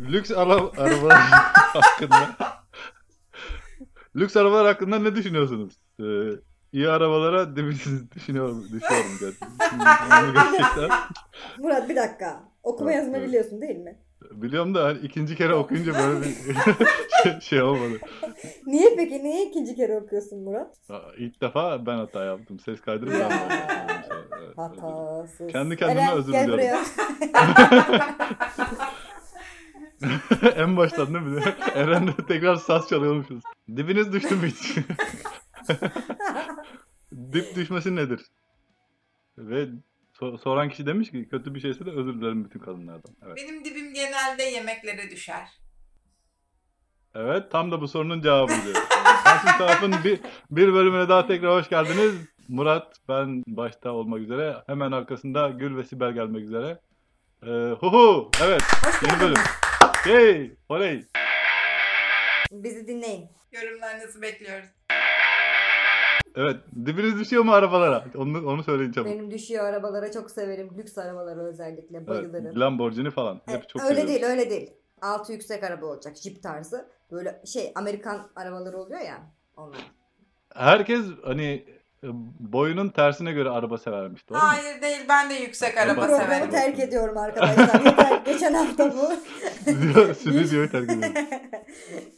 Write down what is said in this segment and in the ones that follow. Lüks ara- arabalar hakkında Lüks arabalar hakkında ne düşünüyorsunuz? Ee, iyi arabalara demişsiniz düşünüyorum, düşünüyorum gerçekten. Bunu gerçekten. Murat bir dakika. Okuma Evet, yazma evet. biliyorsun değil mi? Biliyorum da hani ikinci kere okuyunca böyle bir şey- şey olmadı. Niye peki? Niye ikinci kere okuyorsun Murat? Aa, İlk defa ben hata yaptım. Ses kaydını ben Ya. yapmadım. Evet, özür Hatasız. Kendi kendime Eren, özür gel diliyorum. buraya. dilerim. en baştan değil mi? Eren'le tekrar saz çalıyormuşuz. Dibiniz düştü mü hiç? Dip düşmesi nedir? Ve so- soran kişi demiş ki kötü bir şeyse de özür dilerim bütün kadınlardan. Evet. Benim dibim genelde yemeklere düşer. Evet tam da bu sorunun cevabıydı. Sensiz Taraf'ın bir, bir bölümüne daha tekrar hoş geldiniz. Murat ben başta olmak üzere hemen arkasında Gül ve Sibel gelmek üzere. Ee, hu hu evet Hoş yeni bölüm. geldiniz. Hey oley. Bizi dinleyin. Yorumlarınızı bekliyoruz. Evet dibiniz düşüyor mu arabalara? Onu, onu söyleyin çabuk. Benim düşüyor arabalara çok severim. Lüks arabalara özellikle Evet, bayılırım. Lamborghini falan. Hep Evet, çok öyle seviyorum. değil öyle değil. Altı yüksek araba olacak. Jeep tarzı. Böyle şey Amerikan arabaları oluyor ya. Onlar. Herkes hani e, boyunun tersine göre araba severmiş. Doğru mu? Hayır değil ben de yüksek Ben araba bakarım. Programı severim. terk ediyorum arkadaşlar. Yeter. Geçen hafta bu. Stüdyo- Stüdyoyu terk ediyorum.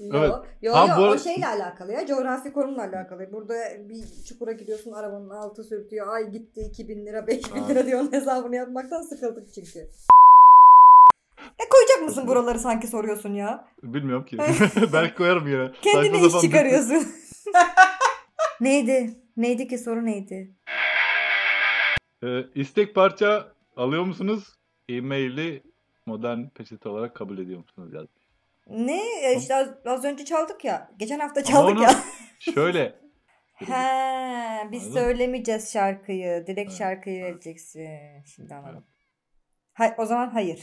yo, Evet. yo, Ha, yo, bu o arada- şeyle alakalı ya. Coğrafi konumla alakalı. Burada bir çukura gidiyorsun arabanın altı sürtüyor. Ay gitti 2000 lira 5000 Aa. lira diyor. Onun hesabını yapmaktan sıkıldık çünkü. E koyacak mısın buraları sanki soruyorsun ya. Bilmiyorum ki. Belki koyarım yine. Kendine Saçma iş sapan bir- çıkarıyorsun. neydi? Neydi ki soru neydi? Ee, istek parça alıyor musunuz? E-maili modern peçete olarak kabul ediyor musunuz? Yani Ne? E İşte az, az önce çaldık ya. Geçen hafta Ama çaldık onu- ya. şöyle. He, biz Anladın? söylemeyeceğiz şarkıyı. Direkt Evet. şarkıyı vereceksin. Şimdi anladım. Hay, o zaman hayır.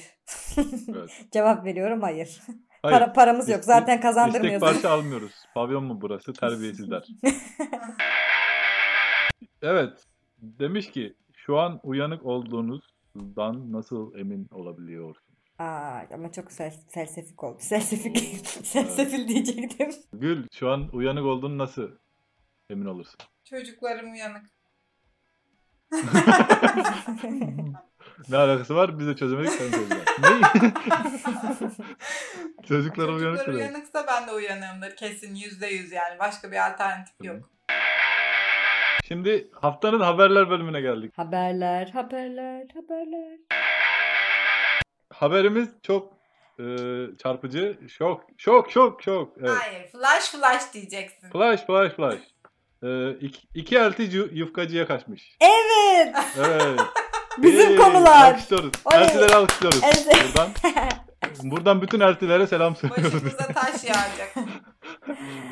Evet. Cevap veriyorum hayır. Hayır. Para, paramız yok. İste- Zaten istek kazandırmıyorsun. parça almıyoruz. Pavyon mu burası? Terbiyesizler. evet. Demiş ki şu an uyanık olduğunuzdan nasıl emin olabiliyorsunuz? Aa, ama çok fel- felsefik oldu. Felsefik. Felsefil diyecektim. Gül şu an uyanık olduğun nasıl emin olursun? Çocuklarım uyanık. ne alakası var? Biz de çözemedik. sen çözdün. ne? Çocuklara uyanık Çocuklar mı demek? uyanıksa ben de uyanığımdır. Kesin yüzde yüz yani. Başka bir alternatif yok. Şimdi haftanın haberler bölümüne geldik. Haberler, haberler, haberler. Haberimiz çok e, çarpıcı. Şok, şok, şok, şok. Evet. Hayır flash flash diyeceksin. Flash, flash, flash. E, iki, iki elti cu- yufkacıya kaçmış. Evet. Evet. Bizim Yay! konular. Alkışlıyoruz. Oley! Eltileri alkışlıyoruz. Evet. Buradan, buradan bütün eltilere selam söylüyoruz. Başımıza taş yağacak.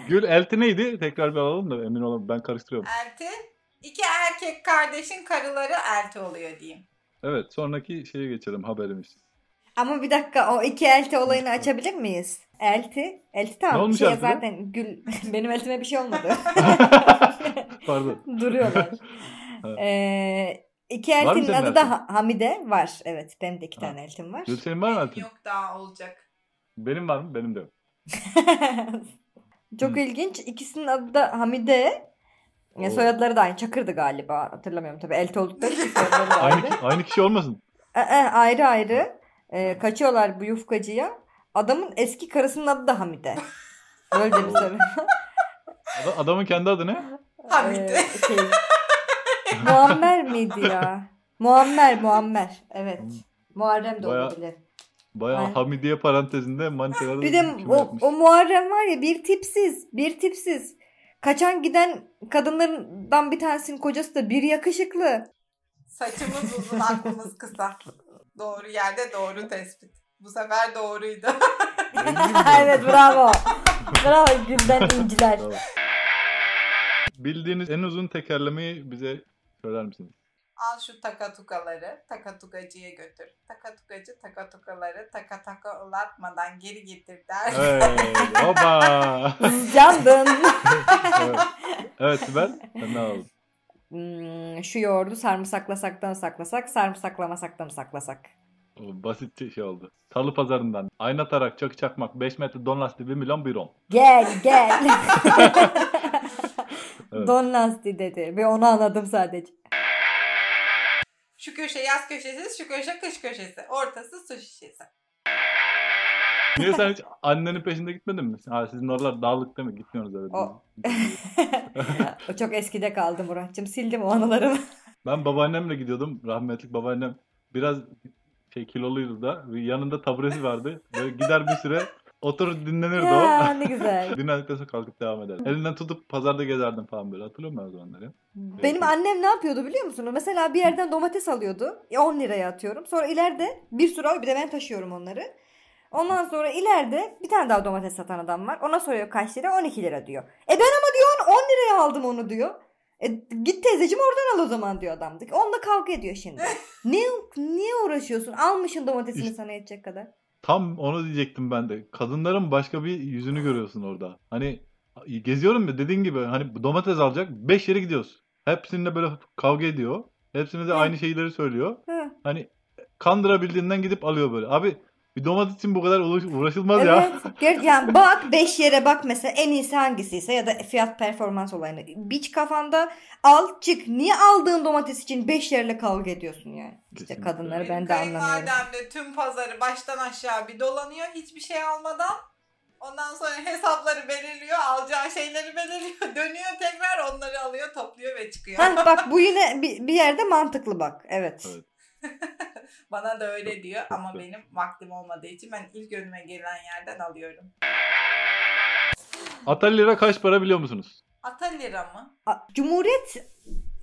Gül elti neydi? Tekrar bir alalım da emin olalım. Ben karıştırıyorum. Elti. İki erkek kardeşin karıları elti oluyor diyeyim. Evet. Sonraki şeye geçelim haberimiz. Ama bir dakika o iki elti olayını açabilir miyiz? Elti. Elti tamam. Ne olmuş şeye eltide? zaten gül. Benim eltime bir şey olmadı. Pardon. Duruyorlar. Evet. ee, iki Var mı eltinin senin adı da eltin? Ha- Hamide var. Evet benim de iki Ha. tane eltim var. Gül senin var mı eltin? Yok daha olacak. Benim var mı? Benim de yok. Çok Hı. ilginç. İkisinin adı da Hamide. Ya Oo. soyadları da aynı. Çakır'dı galiba. Hatırlamıyorum tabii. Elti oldukları için soyadları da Aynı, aynı. ki- aynı kişi olmasın. Ee, e, ayrı ayrı. Ee, kaçıyorlar bu yufkacıya. Adamın eski karısının adı da Hamide. Böyle de bir soru. Ad- Adamın kendi adı ne? Hamide. Ee, şey, Muammer miydi ya? Muammer, Muammer. Evet. Muharrem de Bayağı- olabilir. Bayağı Aynen. Hamidiye parantezinde manitaları Bir de küme o, yapmış. o Muharrem var ya bir tipsiz, bir tipsiz. Kaçan giden kadınlardan bir tanesinin kocası da bir yakışıklı. Saçımız uzun, aklımız kısa. Doğru yerde doğru tespit. Bu sefer doğruydu. Ne bileyim ben. evet bravo. bravo Gülden inciler. Bravo. Bildiğiniz en uzun tekerlemeyi bize söyler misiniz? Al şu takatukaları takatukacıya götür. Takatukacı takatukaları takatakalatmadan geri getir der. Hey, hoba. Yandın. evet. evet Sibel. Sen ne aldın? Hmm, şu yoğurdu sarımsaklasaktan saklasak, sarımsaklamasaktan saklasak. O basit şey oldu. Salı pazarından. Ayna tarak, çakı çakmak, 5 metre don lastiği, 1 milyon biron. Gel gel. Evet. Don Lasti dedi ve onu anladım sadece. Şu köşe yaz köşesi, şu köşe kış köşesi. Ortası su şişesi. Niye sen hiç annenin peşinde gitmedin mi? Ha, sizin oralar dağlık değil mi? Gitmiyorsunuz öyle. O- değil mi? o çok eskide kaldı Murat'cığım. Sildim o anılarımı. Ben babaannemle gidiyordum. Rahmetlik babaannem biraz şey kiloluydu da. Yanında taburesi vardı. Böyle gider bir süre oturur dinlenirdi ya o. ne güzel. Dinlendikten sonra kalkıp devam eder. Elinden tutup pazarda gezerdim falan böyle. Hatırlıyor musun o zamanları? Benim annem ne yapıyordu biliyor musun? Mesela bir yerden domates alıyordu. E, 10 liraya atıyorum. Sonra ileride bir sürü bir de ben taşıyorum onları. Ondan sonra ileride bir tane daha domates satan adam var. Ona soruyor kaç lira? 12 lira diyor. E ben ama diyor 10 liraya aldım onu diyor. E, git teyzeciğim oradan al o zaman diyor adam. Onunla kavga ediyor şimdi. ne, niye uğraşıyorsun? Almışın domatesini İşte- sana yetecek kadar. Tam onu diyecektim ben de. Kadınların başka bir yüzünü görüyorsun orada. Hani geziyorum ya dediğin gibi hani domates alacak 5 yere gidiyoruz. Hepsinde böyle kavga ediyor. Hepsine de Hı. aynı şeyleri söylüyor. Hı. Hani kandırabildiğinden gidip alıyor böyle. Abi bir domates için bu kadar uğraş- uğraşılmaz Evet. ya. Ger- yani bak 5 yere bak mesela en iyisi hangisiyse ya da fiyat performans olayını. Biç kafanda al çık. Niye aldığın domates için 5 yerle kavga ediyorsun yani? İşte Kesinlikle. kadınları ben Benim de anlamıyorum. kayınvalidemle tüm pazarı baştan aşağı bir dolanıyor. Hiçbir şey almadan. Ondan sonra hesapları belirliyor. Alacağı şeyleri belirliyor. Dönüyor tekrar onları alıyor, topluyor ve çıkıyor. Hah bak bu yine bir, bir yerde mantıklı bak. Evet. Evet. Bana da öyle diyor ama Çok- benim vaktim olmadığı için ben ilk önüme gelen yerden alıyorum. Atalira kaç para biliyor musunuz? Ata lira mı? A- Cumhuriyet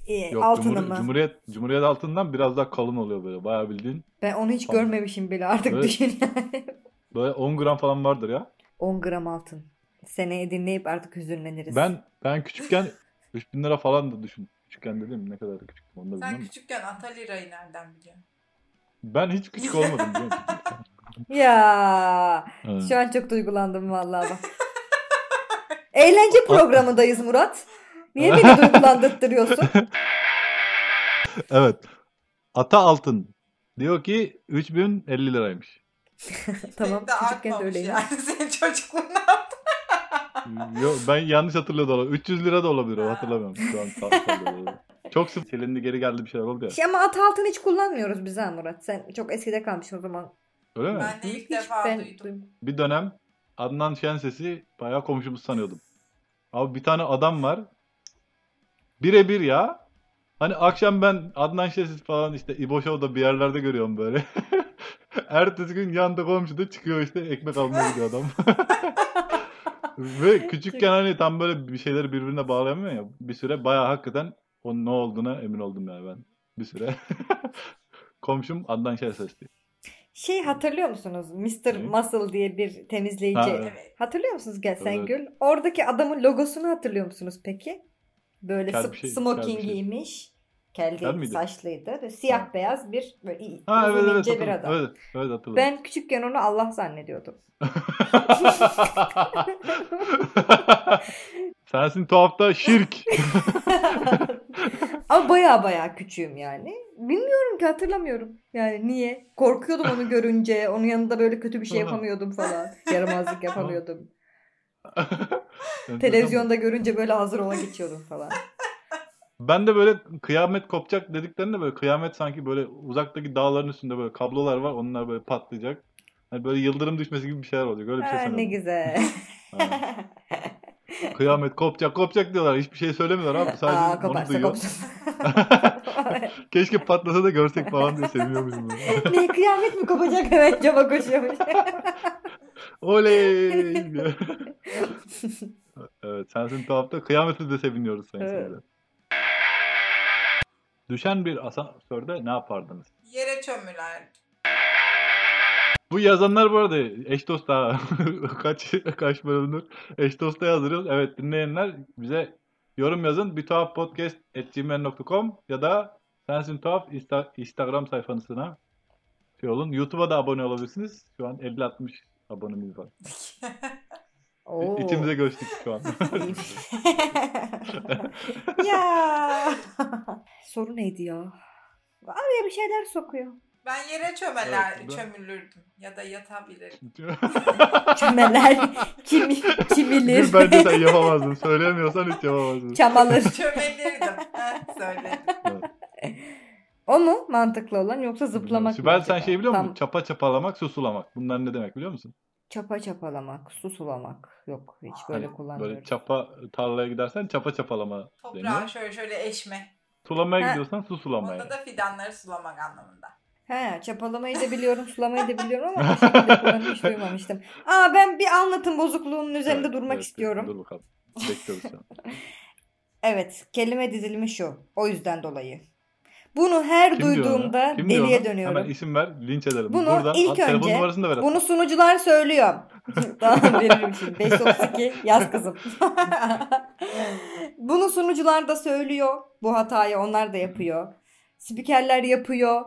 e, Yok, altını Cumhur- mı? Cumhuriyet, Cumhuriyet altından biraz daha kalın oluyor böyle. Bayağı bildiğin. Ben onu hiç Tamam. görmemişim bile artık Evet. düşün yani. Böyle 10 gram falan vardır ya. 10 gram altın. Seneye dinleyip artık hüzünleniriz. Ben ben küçükken 3000 lira falan da düşün. Küçükken dedim ne kadar küçüktüm onu da Sen bilmem. de. küçükken ata lirayı nereden biliyorsun? Ben hiç küçük olmadım biliyor musun? Ya Evet. şu an çok duygulandım vallahi bak. Eğlence programındayız Murat. Niye beni duygulandırtırıyorsun? Evet. Ata Altın diyor ki 3050 liraymış. Tamam, Senin de küçükken de artmamış öyleydi. Yani senin çocukluğundan. Yo, ben yanlış hatırlıyordum. ama 300 lira da olabilir o, hatırlamıyorum şu an. Sağ- sağ- Çok sık silindi geri geldi bir şeyler oldu ya. Şey ama at altını hiç kullanmıyoruz biz ha Murat. Sen çok eskide kalmışsın o zaman. Öyle mi? Ben de ilk Hiç defa ben duydum. duym- Bir dönem Adnan Şenses'i bayağı komşumuz sanıyordum. Abi bir tane adam var. Birebir ya. Hani akşam ben Adnan Şenses falan işte İbo Show'da bir yerlerde görüyorum böyle. Ertesi gün yanda komşuda çıkıyor işte ekmek almaya gidiyor adam. Ve küçükken hani tam böyle bir şeyleri birbirine bağlayamıyor ya. Bir süre bayağı hakikaten onun ne olduğuna emin oldum yani ben. Bir süre. Komşum Adnan Şenses'ti. Şey hatırlıyor musunuz? Mr. Ne? Muscle diye bir temizleyici. Ha, evet. Evet. Hatırlıyor musunuz Gelsen Evet. Gül? Oradaki adamın logosunu hatırlıyor musunuz peki? Böyle Kel bir sp- şey, kel smoking bir şey. giymiş. Kel Kel değil, miydi? saçlıydı. Böyle siyah Ha. beyaz bir böyle iyi- Ha uzun evet evet ince bir hatırladım. adam. Evet, evet hatırladım. Ben küçükken onu Allah zannediyordum. Sensin tuhafta şirk. Ama baya baya küçüğüm yani. Bilmiyorum ki hatırlamıyorum. Yani niye? Korkuyordum onu görünce. Onun yanında böyle kötü bir şey Aha. yapamıyordum falan. Yaramazlık yapamıyordum. Televizyonda görünce böyle hazır ola geçiyordum falan. Ben de böyle kıyamet kopacak dediklerinde böyle kıyamet sanki böyle uzaktaki dağların üstünde böyle kablolar var. Onlar böyle patlayacak. Hani böyle yıldırım düşmesi gibi bir şeyler olacak. Öyle bir şey Ha, ne sanıyordum. güzel. Ha. Kıyamet kopacak kopacak diyorlar. Hiçbir şey söylemiyorlar abi. Sadece Aa, onu koparsa duyuyor. kopsun. Keşke patlasa da görsek falan diye seviniyormuşum. böyle. ne kıyamet mi kopacak? Evet cama koşuyormuş. Oley! evet sensin tuhafta kıyameti de seviniyoruz sayın Evet. seyirciler. Düşen bir asansörde ne yapardınız? Yere çömüler. Bu yazanlar bu arada eş dost daha kaç kaç bölümdür eş dosta yazdırıyoruz. Evet dinleyenler bize yorum yazın. Bir tuhaf podcast ya da sensin tuhaf insta- Instagram sayfasına şey olun. YouTube'a da abone olabilirsiniz. Şu an 50-60 abonemiz var. Oo. İçimize göçtük şu an. ya. Soru neydi ya? Araya bir şeyler sokuyor. Ben yere çömeler, Evet, bu da- çömülürdüm ya da yatabilirdim. Çümeler. Kim, kim bilir. Bence sen yapamazdın. Söyleyemiyorsan hiç yapamazdın. Çamalır. Çömelirdim. Heh, Söyledim. O mu mantıklı olan yoksa zıplamak mı Sibel acaba? sen şey biliyor musun? Tam- Çapa çapalamak, susulamak. Bunlar ne demek biliyor musun? Çapa çapalamak, su sulamak. Yok hiç Hani böyle kullanmıyorum. Böyle çapa tarlaya gidersen çapa çapalama Toprağı deniyor. şöyle şöyle eşme. Sulamaya Ha. gidiyorsan su sulamaya. Onda da fidanları sulamak anlamında. He, çapalamayı da biliyorum, sulamayı da biliyorum ama bu şekilde kullanımı hiç duymamıştım. Aa ben bir anlatım bozukluğunun üzerinde Evet, durmak evet, istiyorum. Dur bakalım. Bekliyoruz sen. Evet, kelime dizilimi şu. O yüzden dolayı. Bunu her Kim diyor ona? duyduğumda Kim diyor deliye ona? dönüyorum. Hemen isim ver, linç edelim. Bunu Buradan ilk at- telefon önce- numarasını da ver. Bunu sunucular söylüyor. tamam veririm şimdi. 532 yaz kızım. Bunu sunucular da söylüyor. Bu hatayı onlar da yapıyor. Spikerler yapıyor.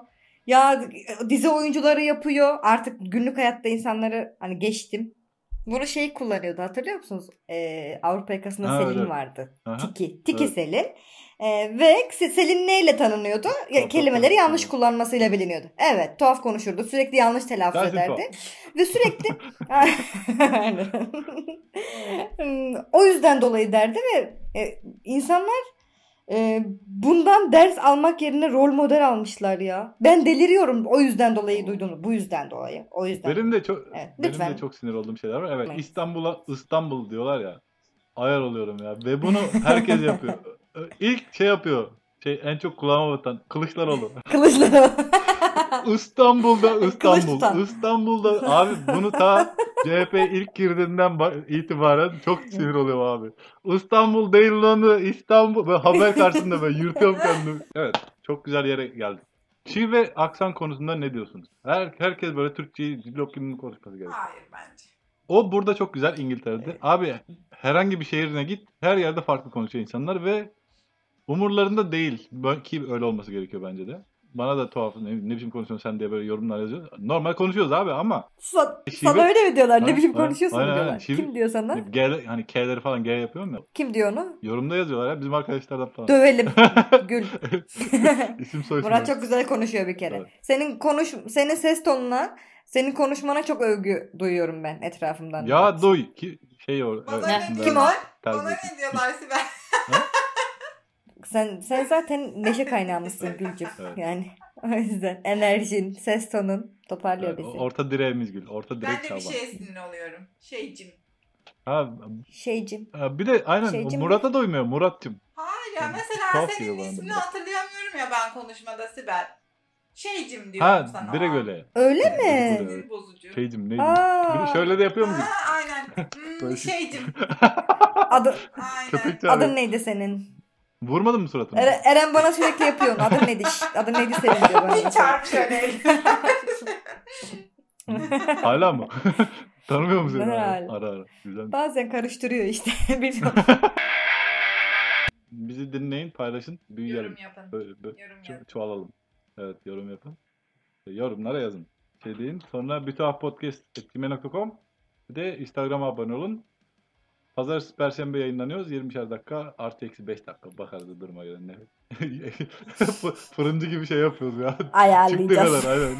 Ya dizi oyuncuları yapıyor. Artık günlük hayatta insanları hani geçtim. Bunu şey kullanıyordu hatırlıyor musunuz? Ee, Avrupa yakasında Ha, Selin evet. vardı. Aha. Tiki. Tiki Evet. Selin. Ee, ve Se- Selin neyle tanınıyordu? Ya, Tuhaf kelimeleri konuşurdu. yanlış kullanmasıyla biliniyordu. Evet tuhaf konuşurdu. Sürekli yanlış telaffuz Dersin ederdi. Ve sürekli Aynen. Hmm, o yüzden dolayı derdi ve e, insanlar e, bundan ders almak yerine rol model almışlar ya. Ben deliriyorum o yüzden dolayı duyduğunu. Bu yüzden dolayı. O yüzden. Benim de çok Evet, benim lütfen. de çok sinir olduğum şeyler var. Evet, Evet. İstanbul'a İstanbul diyorlar ya. Ayar oluyorum ya. Ve bunu herkes yapıyor. İlk şey yapıyor. Şey en çok kulağıma batan Kılıçdaroğlu. Kılıçlı. İstanbul'da Kılıç İstanbul. tutan. İstanbul'da abi bunu ta CHP ilk girdiğinden ba- itibaren çok sinir oluyorum abi. İstanbul değil lan İstanbul. Böyle haber karşısında böyle yürütüyorum kendimi. Evet çok güzel yere geldik. Şiir ve aksan konusunda ne diyorsunuz? Her, herkes böyle Türkçeyi cillop gibi konuşması gerekiyor. Hayır bence. O burada çok güzel İngiltere'de. Abi herhangi bir şehrine git her yerde farklı konuşuyor insanlar ve umurlarında değil. Bö- Ki öyle olması gerekiyor bence de. Bana da tuhaf ne, ne biçim konuşuyorsun sen diye böyle yorumlar yazıyor. Normal konuşuyoruz abi ama Sa- Şive- sana öyle mi diyorlar? Aynen, Ne biçim aynen, konuşuyorsun aynen, diyorlar. aynen. Şive- Kim diyor sana? hani G, hani K'leri falan G yapıyorum ya. Kim diyor onu? Yorumda yazıyorlar ya bizim arkadaşlardan falan. Dövelim. Gül. İsim soy isim. Murat çok güzel konuşuyor bir kere. Evet. Senin konuş senin ses tonuna, senin konuşmana çok övgü duyuyorum ben etrafımdan. Ya duy ki şey o. Bana Evet, ne ben- diyorlar? tercih Bana ettim. ne diyorlar Sibel? Sen sen zaten neşe kaynağımızsın Gülcüm. Evet. Yani o yüzden enerjin, ses tonun toparlıyor Evet, bizi. orta direğimiz gül. Orta direk Ben de bir şey Şaban. şeye sinir oluyorum. Şeycim. Ha, Şeycim. Ha, Bir de aynen Şeycim- Murat'a da uymuyor Murat'cığım. Hayır ya mesela Tuhaf geliyor senin bana ismini biraz. hatırlayamıyorum ya ben konuşmada Sibel. Şeycim diyorum Ha sana. direkt Aa, öyle. Öyle Evet. Şey mi? Sinir bozucu. Şeycim neydi? Bir de Aa, şöyle de yapıyor muyduk? Ha, aynen. Hmm, Böyle şey- şeycim. adı, Aynen. Köpek çağırıyor. adın neydi senin? Vurmadın mı suratını? Eren, Eren bana sürekli yapıyor. onu. Adın neydi? Şşt, Adın neydi senin diyor bana. Bir çarp şöyle. Hala mı? Tanımıyor musun? seni? Herhalde. Ara ara. Güzel. Bazen karıştırıyor işte. Bilmiyorum. Bizi dinleyin, paylaşın, büyüyelim. Yorum yapın. Böyle, böyle Yorum ço- yapın. çoğalalım. Evet, yorum yapın. E, Yorumlara yazın. Şey deyin. Sonra bütahpodcast.gmail.com Bir de Instagram'a abone olun. Pazar Perşembe yayınlanıyoruz. 20'şer dakika artı eksi 5 dakika. Bakarız duruma göre ne. Fı- Fırıncı gibi şey yapıyoruz ya. Çıktı Ayarlayacağız. kadar aynen.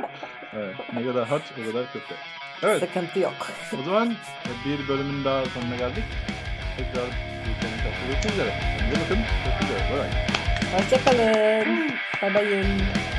evet, ne kadar harç o kadar köfte. Evet Sıkıntı yok. o zaman bir bölümün daha sonuna geldik. Tekrar bir sonraki hafta görüşmek üzere. Kendinize bakın. Çok güzel. Bye bye. Hoşçakalın. Babayım.